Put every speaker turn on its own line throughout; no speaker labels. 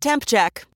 Temp check.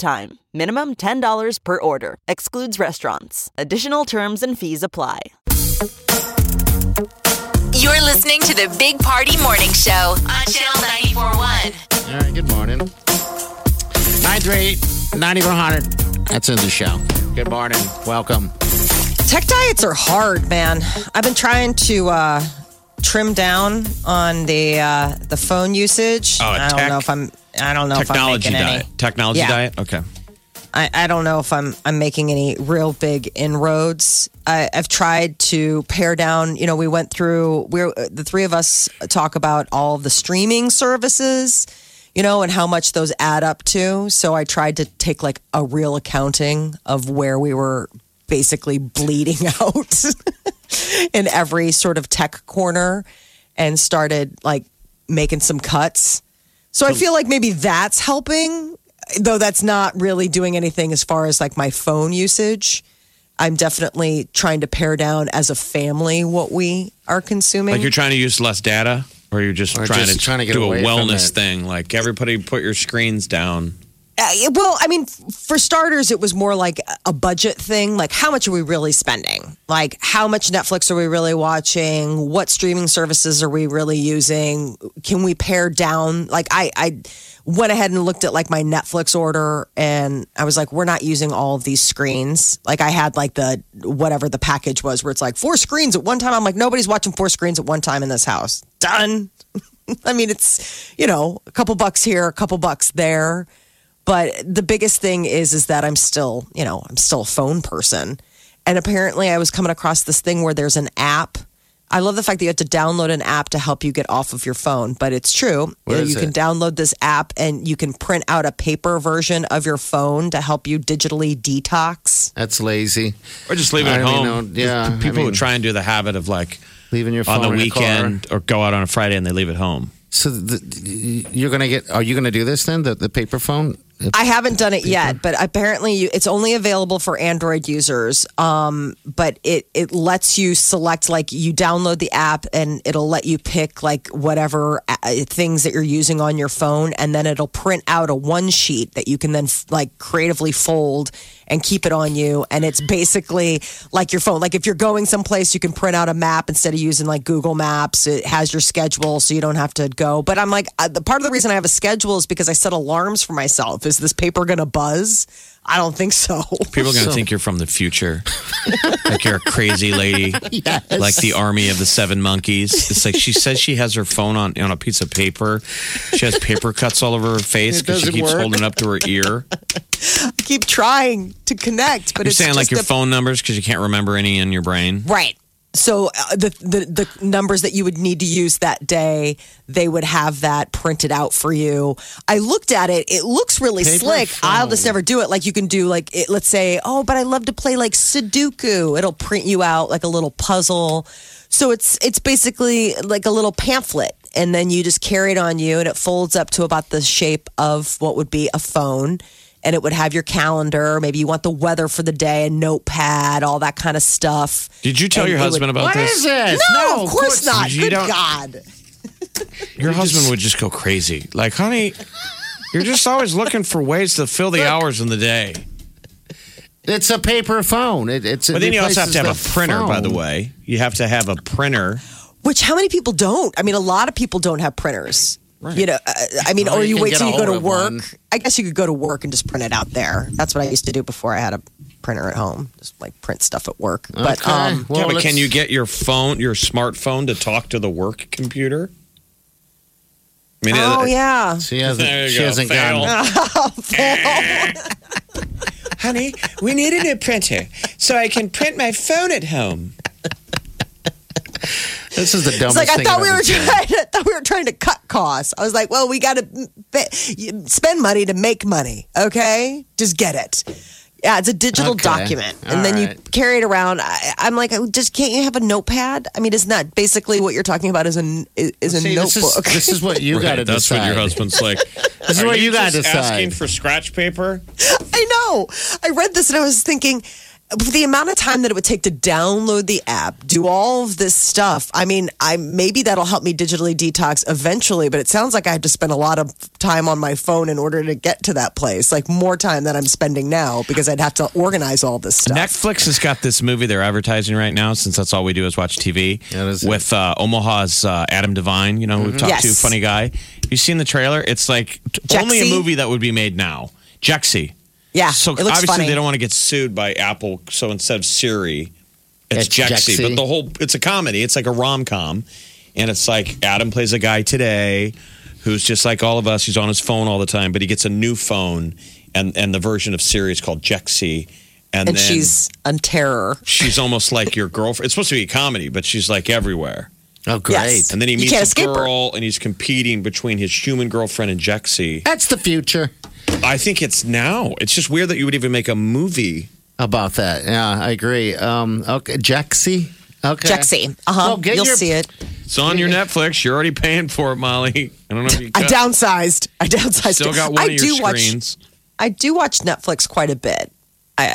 time. Minimum $10 per order. Excludes restaurants. Additional terms and fees apply.
You're listening to the Big Party Morning Show on Channel 941.
All right, good morning. 938 9400. That's in the show. Good morning. Welcome.
Tech diets are hard, man. I've been trying to uh, trim down on the uh, the phone usage.
Oh, a
I don't
tech-
know if I'm. I don't know
Technology
if I'm making
diet. Technology
Yeah.
diet? Okay.
any. I, I don't know if I'm I'm making any real big inroads. I, I've tried to pare down. You know, we went through. We're the three of us talk about all the streaming services. You know, and how much those add up to. So I tried to take like a real accounting of where we were basically bleeding out. in every sort of tech corner and started like making some cuts. So I feel like maybe that's helping, though that's not really doing anything as far as like my phone usage. I'm definitely trying to pare down as a family what we are consuming.
Like you're trying to use less data or you're just,
Or
trying,
just
to
trying to get
do a
away from
wellness
it.
thing. Like everybody put your screens down.
Uh, well, I mean, f- for starters, it was more like a budget thing. Like, how much are we really spending? Like, how much Netflix are we really watching? What streaming services are we really using? Can we pare down? Like, I, I went ahead and looked at like my Netflix order and I was like, we're not using all of these screens. Like, I had like the whatever the package was where it's like four screens at one time. I'm like, nobody's watching four screens at one time in this house. Done. I mean, it's, you know, a couple bucks here, a couple bucks there. But the biggest thing is, is that I'm still, you know, I'm still a phone person. And apparently I was coming across this thing where there's an app. I love the fact that you have to download an app to help you get off of your phone, but it's true.
Where
you know,
is
you can
it?
download this app and you can print out a paper version of your phone to help you digitally detox.
That's lazy.
Or just leave it
I
at
don't
home.
even know. Yeah,
There's p-
I
People
mean-
who try and do the habit of like
Leaving your phone
on the
in a car.
weekend or go out on a Friday and they leave it home.
So the, you're gonna get? Are you gonna do this then? The, the paper phone?
I haven't done it yet, but apparently you, it's only available for Android users. Um, but it it lets you select like you download the app and it'll let you pick like whatever uh, things that you're using on your phone, and then it'll print out a one sheet that you can then like creatively fold and keep it on you. And it's basically like your phone. Like if you're going someplace, you can print out a map instead of using like Google Maps. It has your schedule, so you don't have to go. But I'm like, uh, the part of the reason I have a schedule is because I set alarms for myself. Is this paper gonna buzz? I don't think so.
People are going
So-
to think you're from the future. like you're a crazy lady.
Yes.
Like the army of the seven monkeys. It's like she says she has her phone on, on a piece of paper. She has paper cuts all over her face
It
because she
doesn't
keeps
work.
holding it up to her ear.
I keep trying to connect, but
You're
it's
saying like
just
your
the-
phone numbers because you can't remember any in your brain.
Right. So uh, the, the the numbers that you would need to use that day, they would have that printed out for you. I looked at it; it looks really
Paper
slick.
phone.
I'll just never do it. Like you can do like it, let's say, oh, but I love to play like Sudoku. It'll print you out like a little puzzle. So it's it's basically like a little pamphlet, and then you just carry it on you, and it folds up to about the shape of what would be a phone and it would have your calendar. Maybe you want the weather for the day, a notepad, all that kind of stuff.
Did you tell
And
your
it would-
husband about
What
this?
is this?
No, of course, not.
you
Good
don't-
God.
Your husband would just go crazy. Like, honey, you're just always looking for ways to fill the hours in the day.
It's a paper phone. It, it's.
But then you also have to have a printer, by the
way.
way. You have to have a printer.
Which, how many people don't? I mean, a lot of people don't have printers. Right. You know, uh, I mean,
Or
or
you
you,
can
wait
get
till
a
you go to
hold of
work.
one.
I guess you could go to work and just print it out there. That's what I used to do before I had a printer at home, just like print stuff at work. But
Okay.
um,
Well,
yeah, but
let's-
can you get your phone, your smartphone, to talk to the work computer? I mean,
oh
it-
yeah,
She hasn't.
There you
She
go.
hasn't
Fail.
gotten.
honey, we need a new printer so I can print my phone at home.
This is the dumbest
It's like I
thing
thought
I've
we
ever
were
seen.
trying. I thought we were trying to cut costs. I was like, well, we got to spend money to make money. Okay, just get it. Yeah, it's a digital
Okay.
document, and
All
then you
right.
carry it around. I, I'm like, "Oh, just can't you have a notepad? I mean, isn't that basically what you're talking about? Is a is a
See, this is,
notebook?
this is what you got to
Right, that's
decide.
what your husband's like.
This is
Are
what you, got to
just asking
decide.
for scratch paper?
I know. I read this and I was thinking the amount of time that it would take to download the app, do all of this stuff. I mean, I maybe that'll help me digitally detox eventually, but it sounds like I have to spend a lot of time on my phone in order to get to that place. Like more time than I'm spending now because I'd have to organize all this stuff.
Netflix has got this movie they're advertising right now, since that's all we do is watch TV.
That is Mm-hmm. it.
with uh, Omaha's uh, Adam Devine, you know, who we've talked to,
Yes.
funny guy. You seen the trailer? It's like t- only a
Jexy?
movie that would be made now. Jexy.
yeah.
So
it looks
obviously
funny.
they don't want to get sued by Apple, so instead of Siri, it's,
It's
Jexy.
Jexy.
But the whole it's a comedy. It's like a rom com, and it's like Adam plays a guy today who's just like all of us. He's on his phone all the time, but he gets a new phone, and and the version of Siri is called Jexy. And,
and
then
she's on terror.
she's almost like your girlfriend. It's supposed to be a comedy, but she's like everywhere.
Oh, great.
Yes.
And then he
You
meets
can't
a
escape her.
girl, and he's competing between his human girlfriend and Jexy.
That's the future
I think it's now. It's just weird that you would even make a movie.
about that. Yeah, I agree. Um, okay, Jexy. Okay.
Jexy. Uh huh.
Well, get
You'll
your-
see it.
It's on your Netflix. You're already paying for it, Molly. I don't know if you
I
got-
downsized. I downsized.
still
it.
got one
I
of your
do watch
screens.
I do watch Netflix quite a bit. I,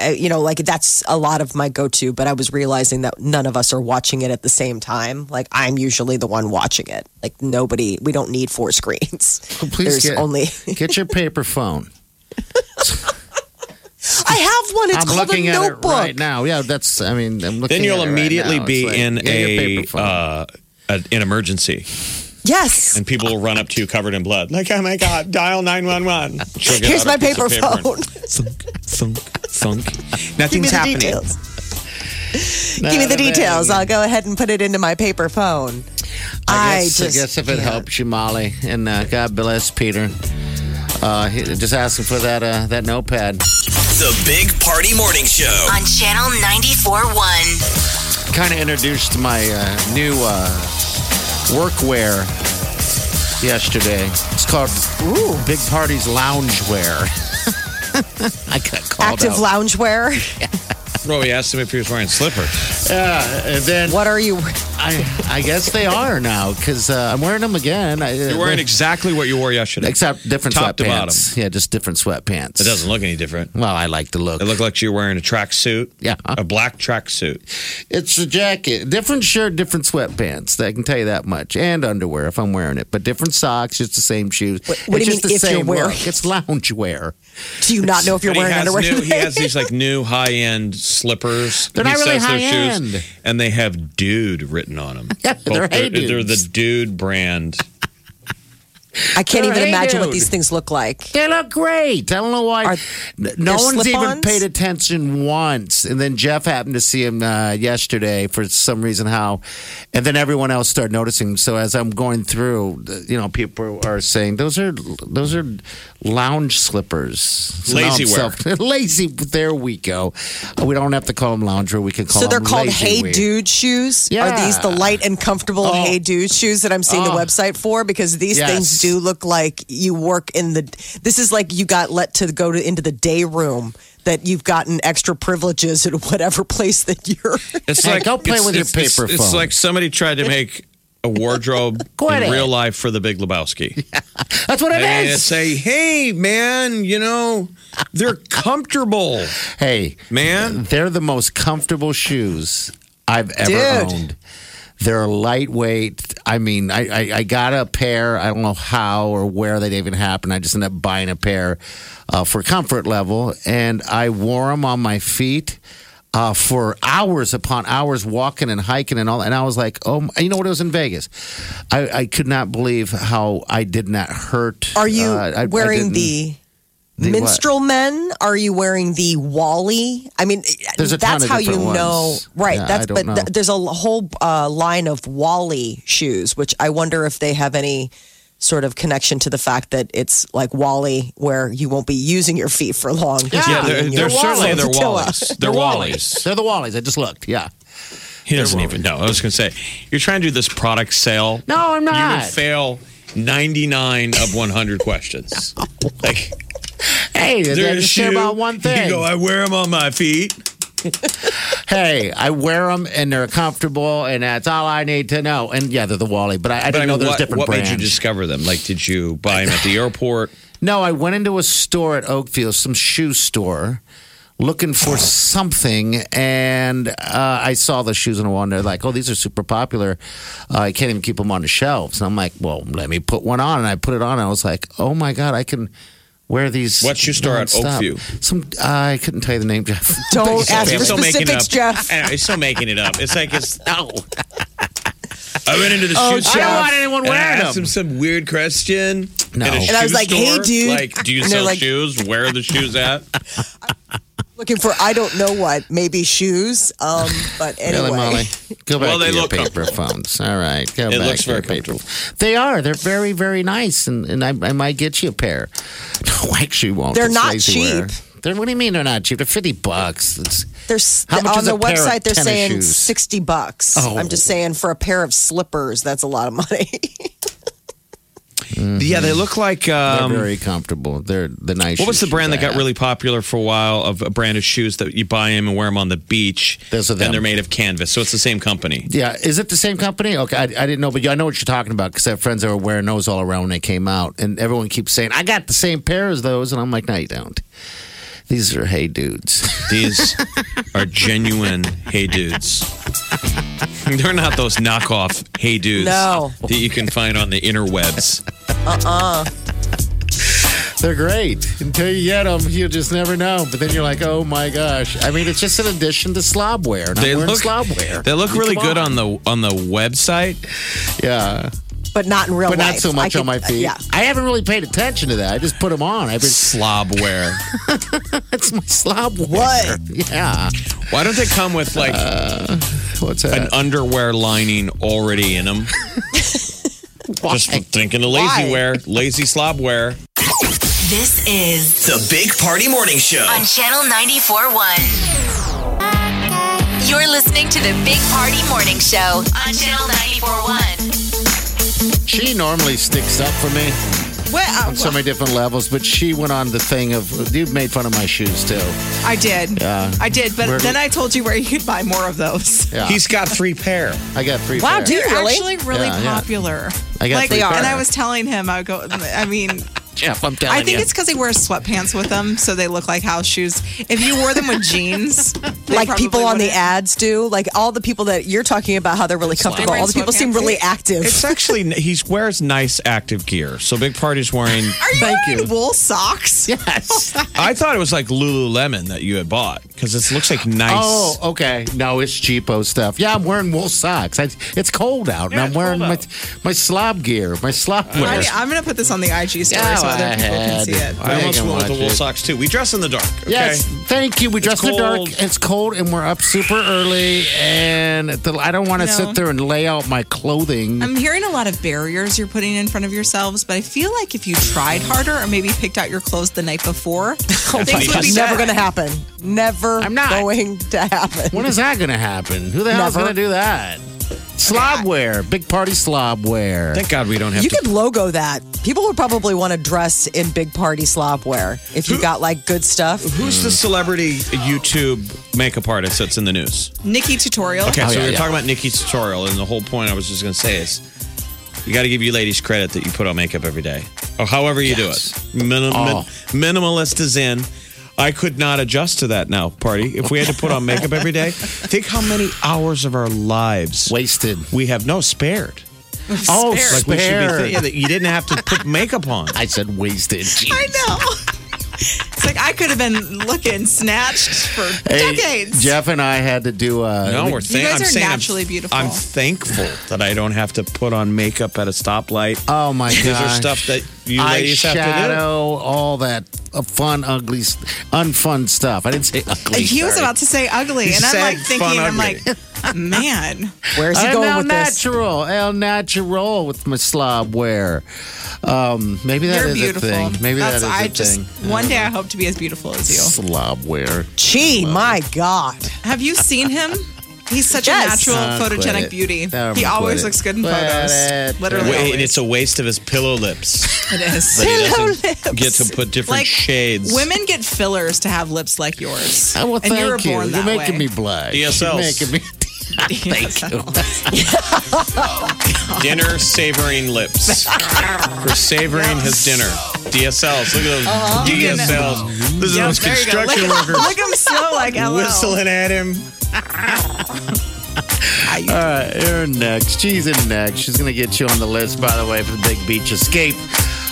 I, I, you know, like that's a lot of my go-to. But I was realizing that none of us are watching it at the same time. Like I'm usually the one watching it. Like nobody, we don't need four screens.
Please
There's
get,
only.
get your paper phone.
I have one. It's
I'm
called
looking
a
at
notebook.
it right now. Yeah, that's. I mean, I'm looking.
Then you'll
at it right
immediately
now. It's
be
like,
in
get your
a,
paper phone.
uh, a an emergency,
Yes.
and people will run up to you covered in blood. Like, oh my god, dial nine one one.
Here's my paper, phone.
Thunk, thunk, thunk.
Give me
Nothing's
the
happening.
details. Give me the details. I'll go ahead and put it into my paper phone. I,
I guess, I
just
guess if it helps you, Molly, and uh, God bless Peter. Uh, he, just asking for that uh, that notepad.
The Big Party Morning Show.
On Channel 94.1.
Kind of introduced my uh, new uh, workwear yesterday. It's called Big Party's Loungewear. I got called
active
out.
loungewear.
Well, we asked him if he was wearing slippers.
yeah, and then
What are you?
I, I guess they are now because uh, I'm wearing them again. I, uh,
You're wearing exactly what you wore yesterday.
except different
top to bottom.
sweatpants. Yeah, just different sweatpants.
It doesn't look any different.
Well, I like the look.
It looked like you were wearing a tracksuit.
Yeah.
A black tracksuit.
It's the jacket. Different shirt, different sweatpants. I can tell you that much. And underwear if I'm wearing it. But different socks, it's the same shoes.
what
it's
do you
just
mean
the
if you're
same
wearing-
look. It's loungewear.
Do you not know if you're
But he
wearing
has
underwear?
New, he
today?
has these like new high end slippers.
They're
he
not really
says they're
high-end.
shoes, and they have dude written on them.
Yeah, they're hey
they're the
dudes.
dude brand.
I can't
They're
even
hey,
imagine what
dude.
these things look like.
They look great. I don't know why.
Are-
N- no
they're
one's even
slip-ons?
paid attention once. And then Jeff happened to see him uh, yesterday for some reason how. And then everyone else started noticing. So as I'm going through, th- you know, people are saying those are those are lounge slippers. So now I'm
Lazy wear.
self- lazy. There we go. Uh, We don't have to call them lounge wear. We can call
So they're
them
called
lazy
Hey
wear.
Dude shoes. Are these the
Yeah.
light and comfortable
Oh.
Hey Dude shoes that I'm seeing the website for? Because these
Yes.
things do look like you work in the. This is like you got let to go to into the day room that you've gotten extra privileges at whatever place that you're.
It's
Hey, go play
it's-
with your
it's- it's-
paper
It's,
phone.
like somebody tried to make a wardrobe in
Quit it.
real life for the Big Lebowski.
That's what it
And they
is.
say, hey man, you know they're comfortable,
Hey,
man.
They're the most comfortable shoes I've ever
Dude.
owned. They're lightweight. I mean, I, I, I got a pair. I don't know how or where that even happened. I just ended up buying a pair uh, for comfort level, and I wore them on my feet. Uh, for hours upon hours walking and hiking and all and I was like oh my, you know what it was in Vegas I, I could not believe how I did not hurt
Are you
uh, I- I
wearing
didn't-
the.
the what?
Minstrel men? Are you wearing the Wally? I mean,
There's a ton
that's
of
how you
different
know,
ones.
right?
Yeah,
that's
I don't
but th-
know.
there's a l- whole uh, line of Wally shoes, which I wonder if they have any sort of connection to the fact that it's like Wally, where you won't be using your feet for long. 'cause
Ah,
Yeah,
you'll be
they're,
in
they're
your-
certainly they're
Toa.
wallies. They're wallies.
They're the Wallies. I just looked. Yeah.
He doesn't
won't.
even know. I was going to say, you're trying to do this product sale.
No, I'm
You would
not.
fail 99 of 100 questions. Like,
Hey, they
there's a
just care
shoe.
about one thing.
You go, I wear them on my feet.
hey, I wear them and they're comfortable, and that's all I need to know. And yeah, they're the Wally, but I, I didn't
I
know
mean,
there's
what,
different
what
brands.
made you discover them? Like, did you buy them at the airport?
no, I went into a store at Oakfield, some shoe store, looking for something, and uh, I saw the shoes on the wall, and they're like, "Oh, these are super popular. Uh, I can't even keep them on the shelves." And I'm like, "Well, let me put one on," and I put it on, and I was like, "Oh my god, I can." Wear these.
What shoe store at
nonstop."
Oakview?
Some uh, I couldn't tell you the name, Jeff.
Don't
He's
ask
still
for
making it
specifics,
up.
Jeff.
I know, he's still making it up. It's like it's no. I went into the
Oh,
shoe
Jeff.
shop.
I don't want anyone
and I
wearing
asked
them.
him some weird question.
No.
at a
And
I
shoe
was like, "Hey,
store,
dude."
Like, do you
And they're
sell
like-
shoes? Where are the shoes at?
Looking for I don't know what, maybe shoes. Um, but anyway,
Billy Molly, go back
Well, they
to your
look
paper phones. All right, go
It
back
looks
to your
very
paper. They are. They're very, very nice, and, and I, I might get you a pair. No, actually, won't.
They're
It's
not
lazy wear.
cheap.
They're, what do you mean they're not cheap? They're fifty bucks. It's,
there's
How much
on
is
the
a pair of
website they're
tennis
saying
shoes?
sixty bucks.
Oh.
I'm just saying for a pair of slippers, that's a lot of money.
Yeah, they look like.
they're
Um,
very comfortable. They're the nice.
what was the
shoes
brand that
I
got
have.
really popular for a while of a brand of shoes that you buy them and wear them on the beach?
Those are them.
And they're made of canvas, so it's the same company.
Yeah, is it the same company? Okay, I, I didn't know, but yeah, I know what you're talking about because I have friends that were wearing those all around when they came out, and everyone keeps saying, "I got the same pair as those," and I'm like, "No, you don't. These are hey dudes."
These are genuine hey dudes. They're not those knockoff hey dudes
No.
that you can find on the interwebs.
They're great. Until you get them, you'll just never know. But then you're like, oh my gosh. I mean, it's just an addition to slobware. and I'm
They
wearing
look
slobware.
They look really good on. the on the website.
Yeah.
but not in real
But
life.
not so
I
much
could- uh,
on my feet.
Yeah.
I haven't really paid attention to that. I just put them on. I've been,
Slobware.
it's my slobware.
What?
Yeah.
Why don't they come with like
Uh, What's
an
that?
underwear lining already in them? Just thinking of lazy
Why?
wear, lazy slobware.
This is
The Big Party Morning Show.
on Channel 94.1. You're listening to the Big Party Morning Show on Channel 94.1.
she normally sticks up for me
Well,
on so many different levels, but she went on the thing of, you've made fun of my shoes too.
I did. I did, but
Where-
then I told you where you could buy more of those.
Yeah.
He's got three pair.
I got three
Wow,
pairs.
dude.
They're
Really?
actually really
Yeah, yeah.
popular.
I got
like,
three
And I
pair.
was telling him, I would go, I mean,
Jeff, I'm telling
I think
you.
it's because he wears sweatpants with them, so they look like house shoes. If you wore them with jeans, they
like
probably
people on the
wouldn't.
ads do. Like all the people that you're talking about, how they're really comfortable.
They
All the
wear
people seem really active.
It's actually he wears nice active gear. So big party's wearing.
Are you
Thank
wearing
you.
wool socks?
Yes.
I thought it was like Lululemon that you had bought because it looks like nice.
Oh, okay. No, it's cheapo stuff. Yeah, I'm wearing wool socks. I, it's cold out,
Yeah,
and I'm
it's
wearing
cold
my
out.
my slob gear, my slob wear.
I, am gonna put this on the IG story so
Go
other people can
ahead.
see it.
I
They
almost
can
went with the
watch
wool
it.
socks too. We dress in the dark. Okay?
Yes, thank you. We
It's
dress in the dark.
cold.
It's cold, and we're up super early, and the, I don't want to
No.
sit there and lay out my clothing.
I'm hearing a lot of barriers you're putting in front of yourselves, but I feel like if you tried harder or maybe picked out your clothes the night
Oh
before, things would be
It's
never
better.
going to happen. Never
I'm not.
going to happen.
when is that going to happen? Who the hell is
Never.
going to do that? Slob wear, big party slob wear.
Thank God we don't have
You
to.
could logo that. People would probably want to dress in big party slop wear if you got like good stuff.
Who's the celebrity YouTube makeup artist that's in the news?
Nikki tutorial.
Okay,
Oh,
so
yeah,
we were
yeah.
talking about Nikki's tutorial, and the whole point I was just going to say is you got to give you ladies credit that you put on makeup every day, or however you do it. Minim-
Oh.
min- minimalist is in. I could not adjust to that now, party. If we had to put on makeup every day, think how many hours of our lives
Wasted.
we have no spared.
Oh,
Spare.
Like we should be
spare.
thinking that you didn't have to put makeup on.
I said wasted.
I know. It's like I could have been looking snatched for
Hey,
decades.
Jeff and I had to do uh, a.
No, we're thank-
guys
I'm
are
saying I'm-
naturally beautiful.
I'm thankful that I don't have to put on makeup at a stoplight.
Oh my god!
These are stuff that you ladies have to do.
Eyeshadow, all that uh, fun, ugly, s- unfun stuff. I didn't say ugly.
he was
sorry.
about to say ugly,
He
and I'm
said
like thinking,
fun
I'm
ugly.
like, man,
Where's he
I'm
going
El
with this?
natural, El natural with my slob wear. Um, maybe that
you're
is
beautiful.
a thing. Maybe that
That's
is a
I just
thing.
one day I hope to be as beautiful as you.
Slob wear.
Gee, my God.
Have you seen him? He's such
Yes.
a natural
Uh, quit
photogenic
it.
beauty.
Never
he
quit
always
it.
looks good in
Quit
photos.
it.
Literally,
Wait,
always.
and it's a waste of his pillow lips.
It is.
That he doesn't get to put different
Like,
shades.
Women get fillers to have lips like yours.
Oh, well,
and
thank
you were
you.
born
You're
that
making me
way.
blush. You're
DSLs.
making me.
dinner savoring lips for savoring his dinner. DSLs, look at those
Uh-huh.
DSLs. This is those
there you go. Look
construction
at-
workers
Look at him slow like LL.
whistling at him.
All right, you're next. She's in next. She's going to get you on the list, by the way, for the Big Beach Escape.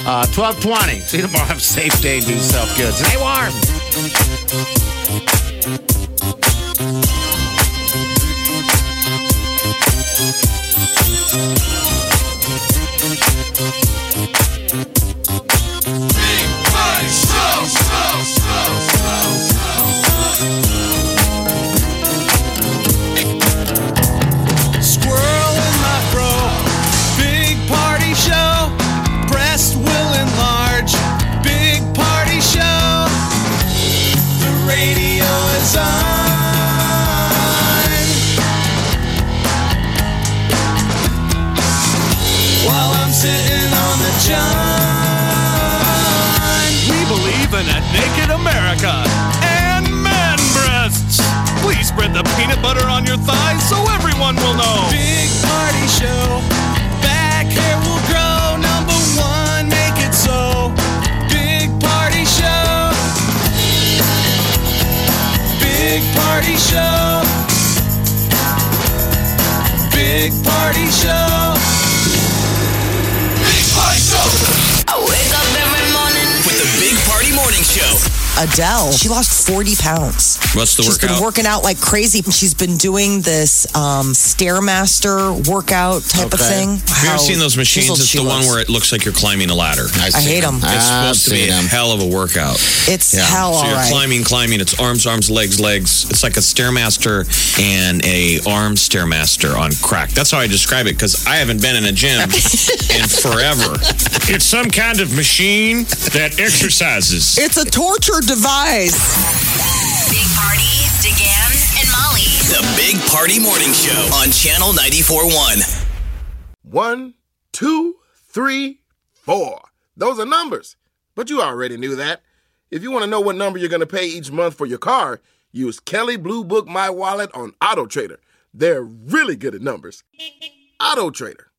Uh, 1220. See you tomorrow. Have a safe day. Do self good. Stay warm.
Squirrel in my fro. Big party show. Breast will enlarge. Big party show. The radio is on. While I'm sitting on the john. We believe in a naked America and man breasts. Please spread the peanut butter on your thighs so everyone will know. Big party show. Back hair will grow. Number one, make it so. Big party show. Big party show. Big party show.
I wake up every morning.
With the Big Party Morning Show.
Adele, she lost 40 pounds.
What's the
She's been working out like crazy. She's been doing this um, Stairmaster workout type of
Okay.
thing.
Have you ever seen those machines? It's the one where
it,
it looks like you're climbing a ladder.
I hate Ah, them.
It's
I've
supposed to be
seen
a
'em.
hell of a workout.
It's hell,
so
all
you're
right.
climbing, climbing. It's arms, arms, legs, legs. It's like a stairmaster and a arm stairmaster on crack. That's how I describe it because I haven't been in a gym in forever. It's some kind of machine that exercises.
It's a torture device.
Big Party, DeGan, and Molly.
The Big Party Morning Show on Channel 94.1.
One, two, three, four. Those are numbers, but you already knew that. If you want to know what number you're going to pay each month for your car, use Kelly Blue Book My Wallet on Auto Trader. They're really good at numbers. Auto Trader.